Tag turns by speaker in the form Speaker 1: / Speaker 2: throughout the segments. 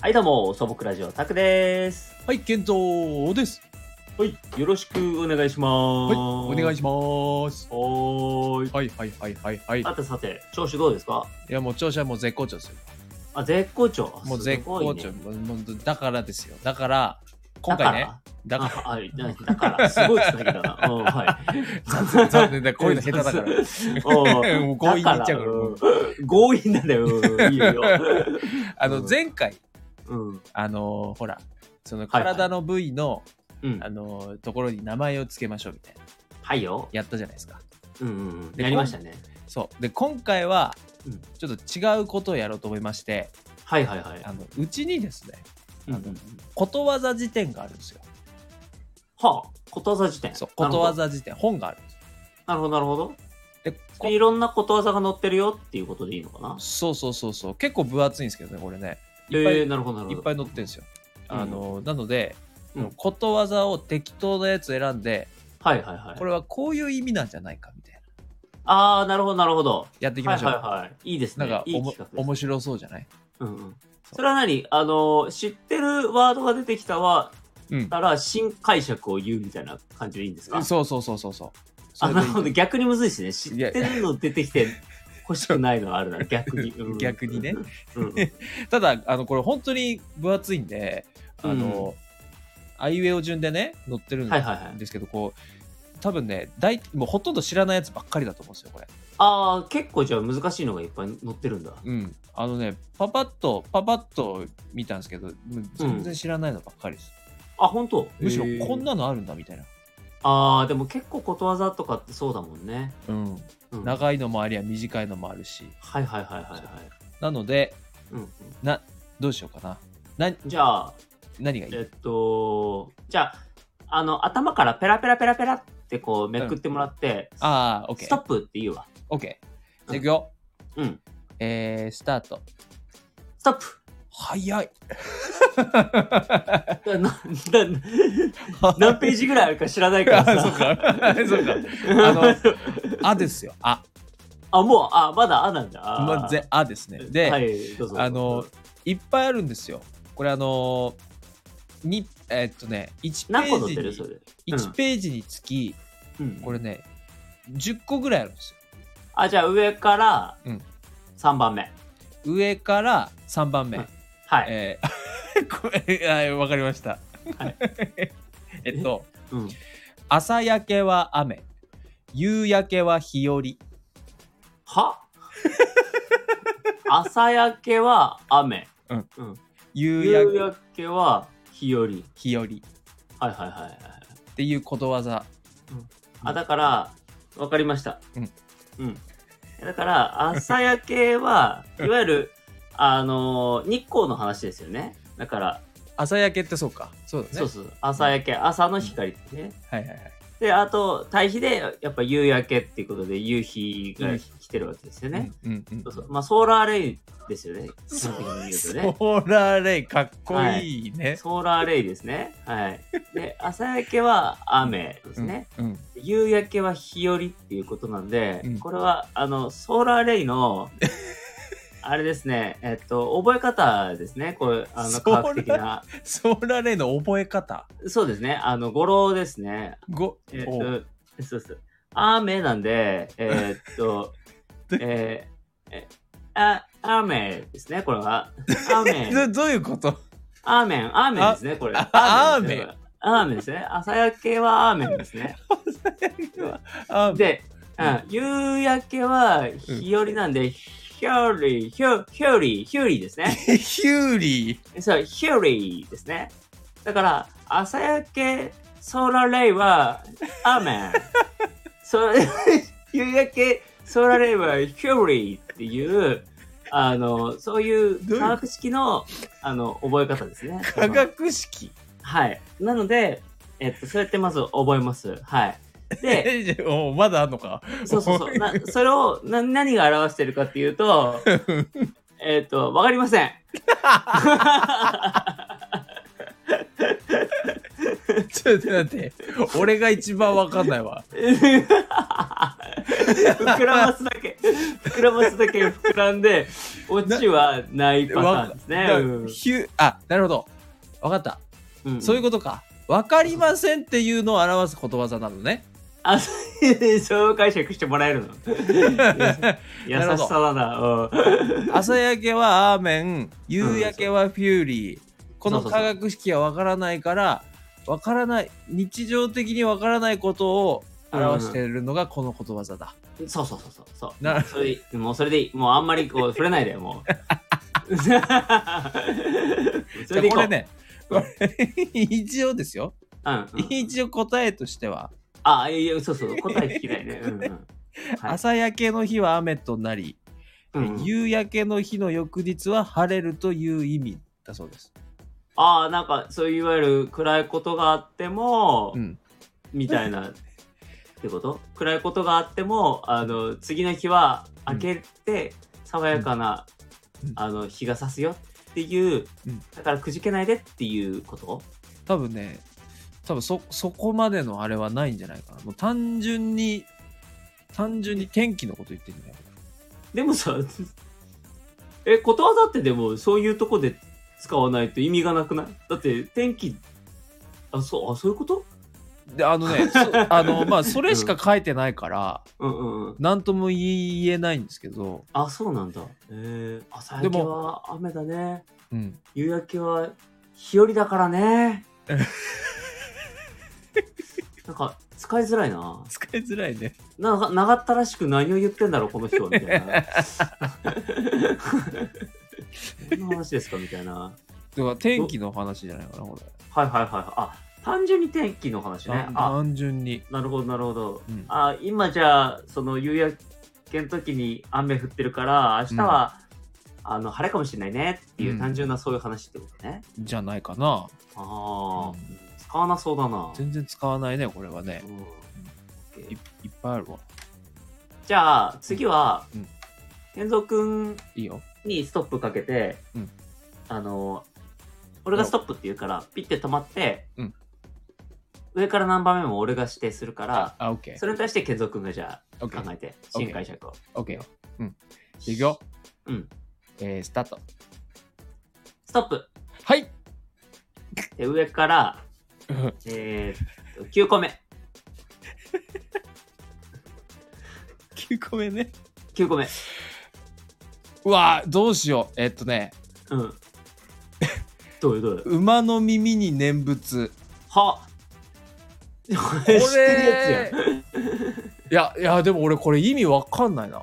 Speaker 1: はい、どうも、素朴ラジオタクです。
Speaker 2: はい、健三です。
Speaker 1: はい、よろしくお願いしま
Speaker 2: はい、
Speaker 1: す。
Speaker 2: お願いします。
Speaker 1: はーい。
Speaker 2: はいはいはいはいはい。い
Speaker 1: さてさて、調子どうですか
Speaker 2: や、もう調子はもう絶好調ですよ。
Speaker 1: あ、絶好調。
Speaker 2: もう絶好
Speaker 1: す
Speaker 2: 調。
Speaker 1: ごいね
Speaker 2: もうもうだからですよ。だから、今回ね、。
Speaker 1: だ
Speaker 2: だ
Speaker 1: か、
Speaker 2: から
Speaker 1: あはいだだから、すごい伝え だな。うん、はい。
Speaker 2: ら、 残念残念だ、こういうの下手 だから。
Speaker 1: ら
Speaker 2: もう強引に言っちゃうからもう
Speaker 1: 強引なんだよ。うんいい よ。
Speaker 2: あの、前回、
Speaker 1: うん。
Speaker 2: あのー、ほら、その
Speaker 1: はいはい
Speaker 2: 体の部位の、
Speaker 1: うん
Speaker 2: あ。のー、ところに名前をつけましょうみたいな、
Speaker 1: はいよ。
Speaker 2: やったじゃないですか。
Speaker 1: うんうんうん。
Speaker 2: で
Speaker 1: やりましたね。
Speaker 2: そう。で、今回は
Speaker 1: うん、
Speaker 2: ちょっと違うことをやろうと思いまして、
Speaker 1: はいはいはい
Speaker 2: あ。の、うちにですね、
Speaker 1: う
Speaker 2: あ
Speaker 1: ん
Speaker 2: の
Speaker 1: うんうん
Speaker 2: ことわざ辞典があるんですよ。
Speaker 1: はあ、ことわざ辞典。
Speaker 2: そう、ことわざ辞典、本があるんですよ。
Speaker 1: なるほど。なるほど、なるほ
Speaker 2: で、
Speaker 1: ど。
Speaker 2: こ
Speaker 1: いろんなことわざが載ってるよっていうことでいいのかな
Speaker 2: そうそうそうそう結構分厚いんですけどねこれねいっぱい,、
Speaker 1: えー、なるほど、なるほど。
Speaker 2: いっぱい載ってるんですよ、
Speaker 1: うん
Speaker 2: あのなので、
Speaker 1: うん
Speaker 2: ことわざを適当なやつ選んで
Speaker 1: はいはいはい。
Speaker 2: これはこういう意味なんじゃないかみたいな
Speaker 1: ああ、なるほど、なるほど。
Speaker 2: やっていき
Speaker 1: は
Speaker 2: ま
Speaker 1: い
Speaker 2: しょう、
Speaker 1: はいはい。いいですね。
Speaker 2: なんか
Speaker 1: いい
Speaker 2: おも
Speaker 1: 企画です。
Speaker 2: 面白そうじゃない、
Speaker 1: うんうん、それは何あの、知ってるワードが出てきたは、
Speaker 2: うん、
Speaker 1: たら新解釈を言うみたいな感じでいいんですか
Speaker 2: そうそうそうそうそうそ
Speaker 1: あ、
Speaker 2: れで
Speaker 1: ない
Speaker 2: い
Speaker 1: るほど。逆にむずいですね。知
Speaker 2: いや
Speaker 1: ってるの出てきて欲しくないのはあるな、逆 に。うん
Speaker 2: 逆にね。
Speaker 1: うんうん
Speaker 2: ただあのこれ本当に分厚いんであの、アイウェイを順でね載ってるん
Speaker 1: はいはいはい。
Speaker 2: ですけど、こう多分ね大もうほとんど知らないやつばっかりだと思うんですよこれ
Speaker 1: ああ、結構じゃあ難しいのがいっぱい載ってるんだ。
Speaker 2: うん、あのね、パパッと、パパッと見たんですけど、全然知らないのばっかりです。
Speaker 1: あ、本当
Speaker 2: むしろこん
Speaker 1: な。
Speaker 2: なのあるんだみたいな。
Speaker 1: ああ、でも結構ことわざとかってそうだもんね。
Speaker 2: うん、
Speaker 1: うん、はい
Speaker 2: 長いのもありゃ短いのもあるし。
Speaker 1: はいはいはいはい。
Speaker 2: なので、
Speaker 1: うんうん
Speaker 2: な、どうしようかな。な、
Speaker 1: じゃあ、
Speaker 2: 何がいい、
Speaker 1: えっと、じゃあ、あの、頭からペラペラペラペラってこうめくってもらって、
Speaker 2: ああ、オッケ
Speaker 1: ストッ
Speaker 2: ー。
Speaker 1: プって言うわ。
Speaker 2: オッケー。じゃあいくよ。
Speaker 1: うん。
Speaker 2: えー、スタート。
Speaker 1: ストップ
Speaker 2: 早い。
Speaker 1: ななな何ページぐらいあるか知らないからさ。
Speaker 2: あ そうかそうかあのあですよ。あ、
Speaker 1: あもう、あ、まだあなんだ。あ
Speaker 2: まぜ、あですね。で、
Speaker 1: はい、どうぞ。
Speaker 2: あの、いっぱいあるんですよ。これあのー、にえーっとね、1ペ
Speaker 1: 何個載って
Speaker 2: ー
Speaker 1: る
Speaker 2: ジ
Speaker 1: それで。
Speaker 2: に、1ページにつき、
Speaker 1: うん、
Speaker 2: これね、10個ぐらいあるんです
Speaker 1: あ、じゃあ上から
Speaker 2: うん
Speaker 1: 3番目。
Speaker 2: よ。上から3番目。
Speaker 1: うんはい。
Speaker 2: えー これ、はいわかりました。
Speaker 1: はい
Speaker 2: えっと、
Speaker 1: うん、
Speaker 2: 朝焼けは雨、夕焼けは日和、
Speaker 1: は 朝焼けは雨。
Speaker 2: うん
Speaker 1: うん、
Speaker 2: 夕
Speaker 1: 夕
Speaker 2: 焼け
Speaker 1: 焼けは日和。
Speaker 2: 日和っ
Speaker 1: はいはいはいはい。
Speaker 2: ていうことわざ。
Speaker 1: あだから分かりました。
Speaker 2: うん。
Speaker 1: うん、だから朝焼けはいわゆるあのー日光の話ですよね。だから、
Speaker 2: 朝焼けってそうか。そうだ
Speaker 1: そう
Speaker 2: ね。
Speaker 1: そう朝焼け朝の光ですね。
Speaker 2: はいはいはい。
Speaker 1: であと対比でやっぱ夕焼けっていうことで夕日
Speaker 2: う
Speaker 1: が
Speaker 2: ん
Speaker 1: 来てるわけですよね。
Speaker 2: うんうんうん
Speaker 1: そうそうまあソーラーレインですよね。基
Speaker 2: ソ
Speaker 1: 本的に言うとね。
Speaker 2: ーラーレイかっこいいね。
Speaker 1: ソーラーレイですね。はい。で朝焼けは雨ですね。
Speaker 2: うん、
Speaker 1: 夕焼けは日和っていうことなんで、
Speaker 2: うん
Speaker 1: これはあのソーラーレイのあれですねえっと覚え方ですねこれあの
Speaker 2: ソ
Speaker 1: 科
Speaker 2: ーラー
Speaker 1: 学的な
Speaker 2: ソーラーレイの覚え方。
Speaker 1: そうですねあの語呂ですね
Speaker 2: ご、
Speaker 1: えっ
Speaker 2: おう
Speaker 1: とそうそう雨なんでえっと
Speaker 2: で
Speaker 1: えーえあ雨ですねこれは 雨
Speaker 2: どどういうこと
Speaker 1: アーメン、アーメンですね、これ。
Speaker 2: あ
Speaker 1: ですねアーメンですね。朝焼けはアーメンですね。
Speaker 2: あ
Speaker 1: で、うん、夕焼けは日和なんで、ヒューリー、ヒュー、ヒューリー、ヒューリーですね。
Speaker 2: ヒューリー。
Speaker 1: そう、ヒューリーですね。だから、朝焼け、ソーラーレイは、アーメ ン。そ 夕焼け、ソーラーレイは、ヒューリーっていう、あの、そういう
Speaker 2: どういう
Speaker 1: 科学式の、あの、覚え方 ですね。
Speaker 2: 科学式。
Speaker 1: はい。なので、えっと、そうやってまず覚えます。はい。 で、
Speaker 2: え、じゃおうまだあんの か。
Speaker 1: そうそうそう。なそれをな何が表してるかっていう と、えっと、わかりません。
Speaker 2: ちょっと待って。俺が一番わかんないわ。
Speaker 1: 膨らますだけ膨らますだけ膨らんでオチはないパターンですね、
Speaker 2: だ
Speaker 1: うん
Speaker 2: ヒュあなるほど分かった、
Speaker 1: うん
Speaker 2: そういうことか分かりませんっていうのを表すことわざなのね
Speaker 1: あそういう そう解釈してもらえるの 優
Speaker 2: なる
Speaker 1: し
Speaker 2: ほ
Speaker 1: さだな、うん
Speaker 2: 朝焼けはアーメン夕焼けはフューリー、この
Speaker 1: そうそうそ
Speaker 2: 化
Speaker 1: う
Speaker 2: 学式は分からないから分からない日常的に分からないことを表しているのがこのことわざだ、
Speaker 1: そうそうそうそうそう
Speaker 2: な
Speaker 1: それもうそれでいいもうあんまりこう触れないでも うそ
Speaker 2: じゃ
Speaker 1: れ
Speaker 2: あ
Speaker 1: でい
Speaker 2: こ
Speaker 1: こう
Speaker 2: れねこれ 一応ですよ、
Speaker 1: うんうん
Speaker 2: 一応答えとしては、
Speaker 1: あいやそうそう答え聞きたい ねうんうんはい
Speaker 2: 朝焼けの日は雨となり、
Speaker 1: うんうん
Speaker 2: 夕焼けの日の翌日は晴れるという意味だそうです。
Speaker 1: ああなんかそういわゆる暗いことがあっても、
Speaker 2: うん、
Speaker 1: みたいなってこと暗いことがあってもあの次の日は明けて爽やかな、
Speaker 2: うん
Speaker 1: あの日が差すよっていう、
Speaker 2: うん
Speaker 1: だからくじけないでっていうこと
Speaker 2: 多分ね多分そそこまでのあれはないんじゃないかな。もう単純に単純に天気のこと言ってるんじゃないかな
Speaker 1: でもさえことわざってでもそういうとこで使わないと意味がなくないだって天気あそうあそういうこと
Speaker 2: であの ねそあのまあそれしか書いてないから
Speaker 1: うんうんうん
Speaker 2: 何とも言えないんですけど、
Speaker 1: あそうなんだえー、朝
Speaker 2: で
Speaker 1: 焼け
Speaker 2: も
Speaker 1: は雨だね
Speaker 2: うん、
Speaker 1: 夕焼けは日和だから ねなんか使いづらいな
Speaker 2: 使いづらいね。
Speaker 1: なんか長ったらしく何を言ってんだろうこの人はみたい な 何の話ですかみたいな
Speaker 2: だから天気の話じゃないかなこれ。
Speaker 1: はいはいはいあ単純に天気の話ねあ
Speaker 2: 単純に。
Speaker 1: なるほどなるほど、
Speaker 2: うん
Speaker 1: あ今じゃあその夕焼けの時に雨降ってるから明日は、あの晴れかもしれないねっていう単純なそういう話ってことね、
Speaker 2: じゃないかな。
Speaker 1: ああ、
Speaker 2: う
Speaker 1: 使わなそうだな
Speaker 2: 全然使わないねこれはね。
Speaker 1: うん
Speaker 2: いいっぱいあるわ。
Speaker 1: じゃあ次は、
Speaker 2: うん
Speaker 1: 健三くん
Speaker 2: いいよ。
Speaker 1: にストップかけて、
Speaker 2: うん
Speaker 1: あの俺がストップって言うからピッて止まって、
Speaker 2: うん
Speaker 1: 上から何番目も俺が指定するから
Speaker 2: あ、オッケー。
Speaker 1: それに対して健三くんがじゃ
Speaker 2: オッ
Speaker 1: あ
Speaker 2: ケー
Speaker 1: 考。えて新解釈を
Speaker 2: オッケーよ。うん。いくよ。
Speaker 1: うん。
Speaker 2: えー、スタート。
Speaker 1: ストップ
Speaker 2: はい。
Speaker 1: で上からえー、っと9個目
Speaker 2: 9個目ね。
Speaker 1: 9個目
Speaker 2: うわーどうしよう。えっとね、
Speaker 1: うんどういうどういう
Speaker 2: 馬の耳に念仏。
Speaker 1: は 知ってるやつやん
Speaker 2: いや、いや、でも俺これ意味わかんないな。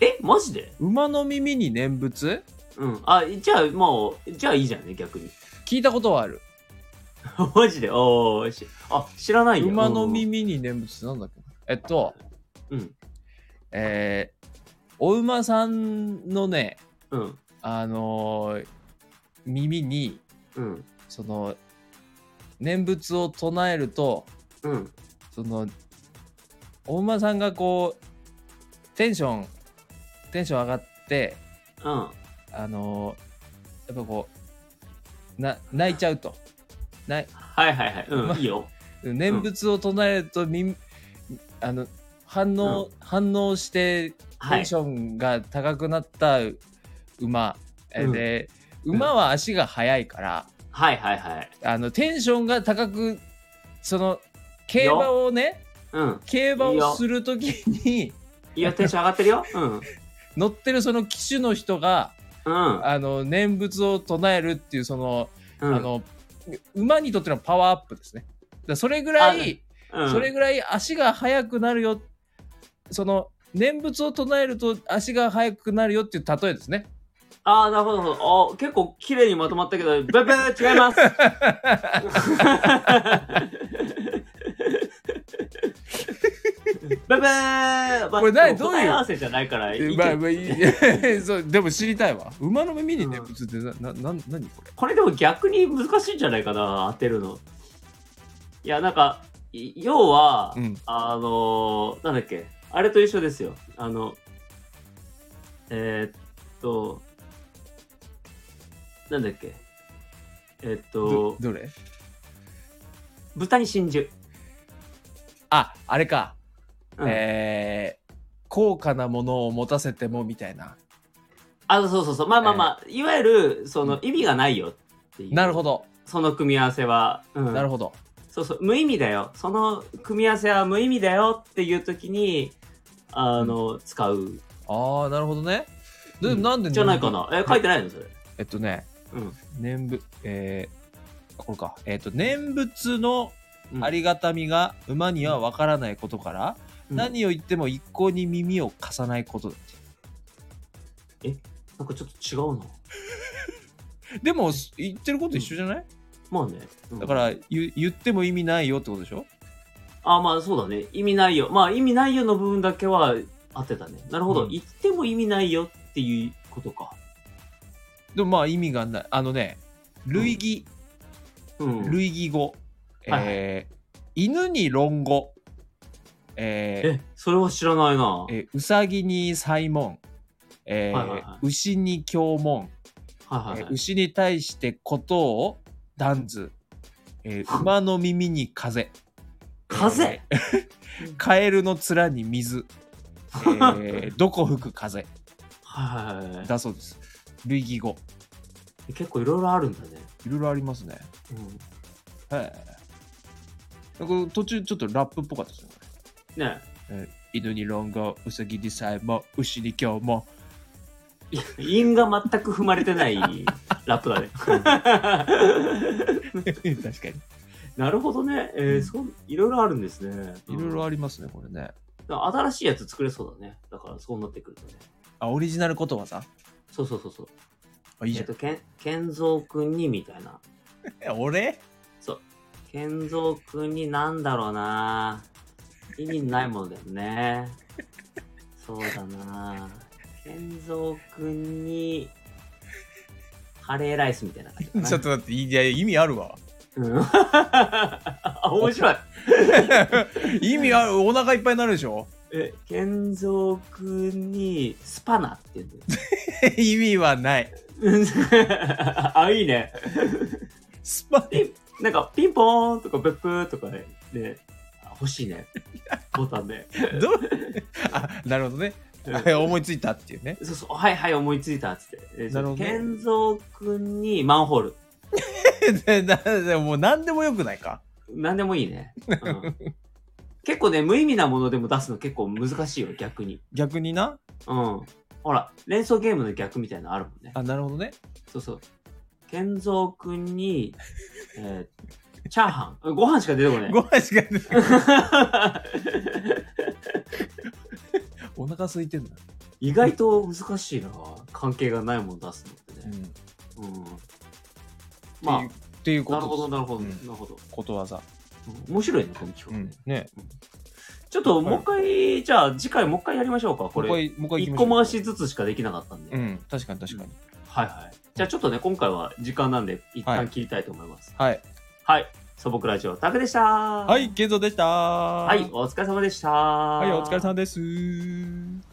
Speaker 1: えマジで
Speaker 2: 馬の耳に念仏
Speaker 1: うん。あ、じゃあ、もう、じゃあいいじゃんね、逆に。
Speaker 2: 聞いたことはある。
Speaker 1: マジで。おーし。あ、知らないよ。
Speaker 2: 馬の耳に念仏ってなんだっけえっと、
Speaker 1: うん。
Speaker 2: えー、お馬さんのね、
Speaker 1: うん。
Speaker 2: あのー耳に、
Speaker 1: うん。
Speaker 2: その、念仏を唱えると、
Speaker 1: うん。
Speaker 2: そのお馬さんがこうテンションテンション上がって
Speaker 1: うん。
Speaker 2: あのーやっぱこうな泣いちゃうとない
Speaker 1: はいはいはい。うん。いいよ。
Speaker 2: 念仏を唱えるとみ、あの反応、反応して
Speaker 1: は
Speaker 2: テン
Speaker 1: い
Speaker 2: シ。ョンが高くなった馬、え
Speaker 1: うん
Speaker 2: で、
Speaker 1: ん
Speaker 2: 馬は足が速いから
Speaker 1: はいはいはい。
Speaker 2: あのテンションが高くその競馬をね
Speaker 1: うん。
Speaker 2: 競馬
Speaker 1: いい
Speaker 2: を
Speaker 1: よ
Speaker 2: するときに
Speaker 1: いいよ、テンション上がってるよ。うん。
Speaker 2: 乗ってるその騎手の人が
Speaker 1: うん。
Speaker 2: あの念仏を唱えるっていうその,、
Speaker 1: うん。
Speaker 2: あの馬にとってのパワーアップですね。だからそれぐらい、
Speaker 1: うん、
Speaker 2: それぐらい足が速くなるよその念仏を唱えると足が速くなるよっていう例えですね。
Speaker 1: あー、なるほどなるほど。あ結構綺麗にまとまったけど、ブブー違い ますブブー
Speaker 2: これ何どう
Speaker 1: 答
Speaker 2: いう
Speaker 1: え合わせじゃないから、いいけど
Speaker 2: まあまあいい そうでも知りたいわ。馬の耳に念仏ってな、な、な、何これ
Speaker 1: これでも逆に難しいんじゃないかな当てるのいやなんかい要は、
Speaker 2: うん。
Speaker 1: あのーなんだっけあれと一緒ですよあのえーっとなんだっけえーっ
Speaker 2: ど
Speaker 1: と
Speaker 2: どれ
Speaker 1: 豚に真珠
Speaker 2: あ、あれか。
Speaker 1: うん
Speaker 2: えー高価なものを持たせてもみたいな。
Speaker 1: あ、そうそうそう。まあまあまあ、いわゆる、その、意味がないよっていう。
Speaker 2: なるほ。ど、
Speaker 1: その組み合わせは。うん。
Speaker 2: なるほど。
Speaker 1: そうそう、無意味だよ。その組み合わせは無意味だよっていう時に、あの、使う。
Speaker 2: ああ、なるほどね。で、
Speaker 1: うん
Speaker 2: なんで
Speaker 1: じゃないかな。え、書いてないのそれ。
Speaker 2: えっとね、
Speaker 1: うん
Speaker 2: 念仏、えー、これか。えっと、念仏の
Speaker 1: うん。
Speaker 2: ありがたみが馬にはわからないことから、
Speaker 1: うん
Speaker 2: 何を言っても一向に耳を貸さないことだって。
Speaker 1: なんかちょっと違うな。
Speaker 2: でも、言ってること一緒じゃない、
Speaker 1: まあね。うん
Speaker 2: だから言、言っても意味ないよってことでしょ
Speaker 1: あ、まあそうだね。意味ないよ。まあ意味ないよの部分だけは合ってたね。なるほど。
Speaker 2: うん
Speaker 1: 言っても意味ないよっていうことか。
Speaker 2: でもまあ意味がない。あのね、類義、
Speaker 1: うん。
Speaker 2: 類義語。
Speaker 1: はいはい
Speaker 2: えー犬に論語。えー
Speaker 1: え、それは知らないな。
Speaker 2: えーうさぎに祭門、えー
Speaker 1: はいはいは
Speaker 2: 牛に経門、
Speaker 1: はいはい
Speaker 2: えー
Speaker 1: はい。
Speaker 2: 牛に対してことを断ず、えー馬の耳に風、
Speaker 1: 風
Speaker 2: えーカエルの面に水、えーどこ吹く風
Speaker 1: はいはいはいは
Speaker 2: だそうです。類義語。
Speaker 1: い。結構いろいろあるんだね。
Speaker 2: いろいろありますね。
Speaker 1: うん
Speaker 2: はい。これ途中ちょっとラップっぽかったですね。
Speaker 1: ね
Speaker 2: 犬に論語、うさぎに祭門、牛に 経門。
Speaker 1: え韻が全く踏まれてない ラップだね。
Speaker 2: 確かに。
Speaker 1: なるほどね。えー、そう、いろいろあるんですね。
Speaker 2: いろいろありますね、これね。
Speaker 1: うん新しいやつ作れそうだね。だからそうなってくるとね。
Speaker 2: あ、オリジナルことわざ
Speaker 1: そうそうそうそう。
Speaker 2: あ、いい
Speaker 1: え
Speaker 2: じ
Speaker 1: っ
Speaker 2: ゃん。
Speaker 1: と、けん、健三くんにみたいな。
Speaker 2: え俺
Speaker 1: 健三くんになんだろうな意味ないものだよね。そうだな健三くんに、カレーライスみたいな感じかな。
Speaker 2: ちょっとだって、いや、意味あるわ。
Speaker 1: うん。あ、 面白い。
Speaker 2: 意味ある、お腹いっぱいになるでしょ
Speaker 1: え、健三くんに、スパナって言うんだよ。
Speaker 2: 意味はない。
Speaker 1: うんあ、いいね。
Speaker 2: スパ
Speaker 1: なんか、ピンポーンとか、ブッブーとかね、ねあ欲しいね。ボタンで。
Speaker 2: どうあ、なるほどね。
Speaker 1: うん
Speaker 2: あ 思いついたっていうね。
Speaker 1: そうそう、はいはい、思いついたっつって。え
Speaker 2: なるほど
Speaker 1: 健三くんにマンホール。
Speaker 2: でなでももう何でもよくないか。
Speaker 1: なんでもいいね。 うん、結構ね、無意味なものでも出すの結構難しいよ、逆に。
Speaker 2: 逆にな。
Speaker 1: うん。ほら、連想ゲームの逆みたいなのあるもんね。
Speaker 2: あ、なるほどね。
Speaker 1: そうそう。健三くんに、えーチャーハン。 ご飯しか出てこない。
Speaker 2: ご飯しか出てこない お腹空いてんだ。
Speaker 1: 意外と難しいな関係がないもの出すのって
Speaker 2: う
Speaker 1: ね、
Speaker 2: ん。
Speaker 1: うん、まあ
Speaker 2: っていうっていうこ
Speaker 1: な
Speaker 2: と
Speaker 1: るほど
Speaker 2: です
Speaker 1: なるほど、
Speaker 2: うん
Speaker 1: なるほど、
Speaker 2: ことわざ。
Speaker 1: うん面白いねこの企画
Speaker 2: う
Speaker 1: ね、
Speaker 2: ん。ね。
Speaker 1: ちょっともう一回、じゃあ次回もう一回やりましょうかこ
Speaker 2: もう
Speaker 1: れ
Speaker 2: 一回、もう一回行き
Speaker 1: 一
Speaker 2: ましょ
Speaker 1: 個
Speaker 2: う
Speaker 1: 回しずつしかできなかったんで、
Speaker 2: うん、確かに確かに。
Speaker 1: はいはいじゃあちょっとね今回は時間なんで一
Speaker 2: は
Speaker 1: 旦
Speaker 2: い
Speaker 1: 切りたいと思います
Speaker 2: はい。
Speaker 1: はい、素朴ラジオタクでしたは
Speaker 2: はい、健三でした。
Speaker 1: はい、お疲れ様でした
Speaker 2: は、
Speaker 1: はい
Speaker 2: お疲れ様です。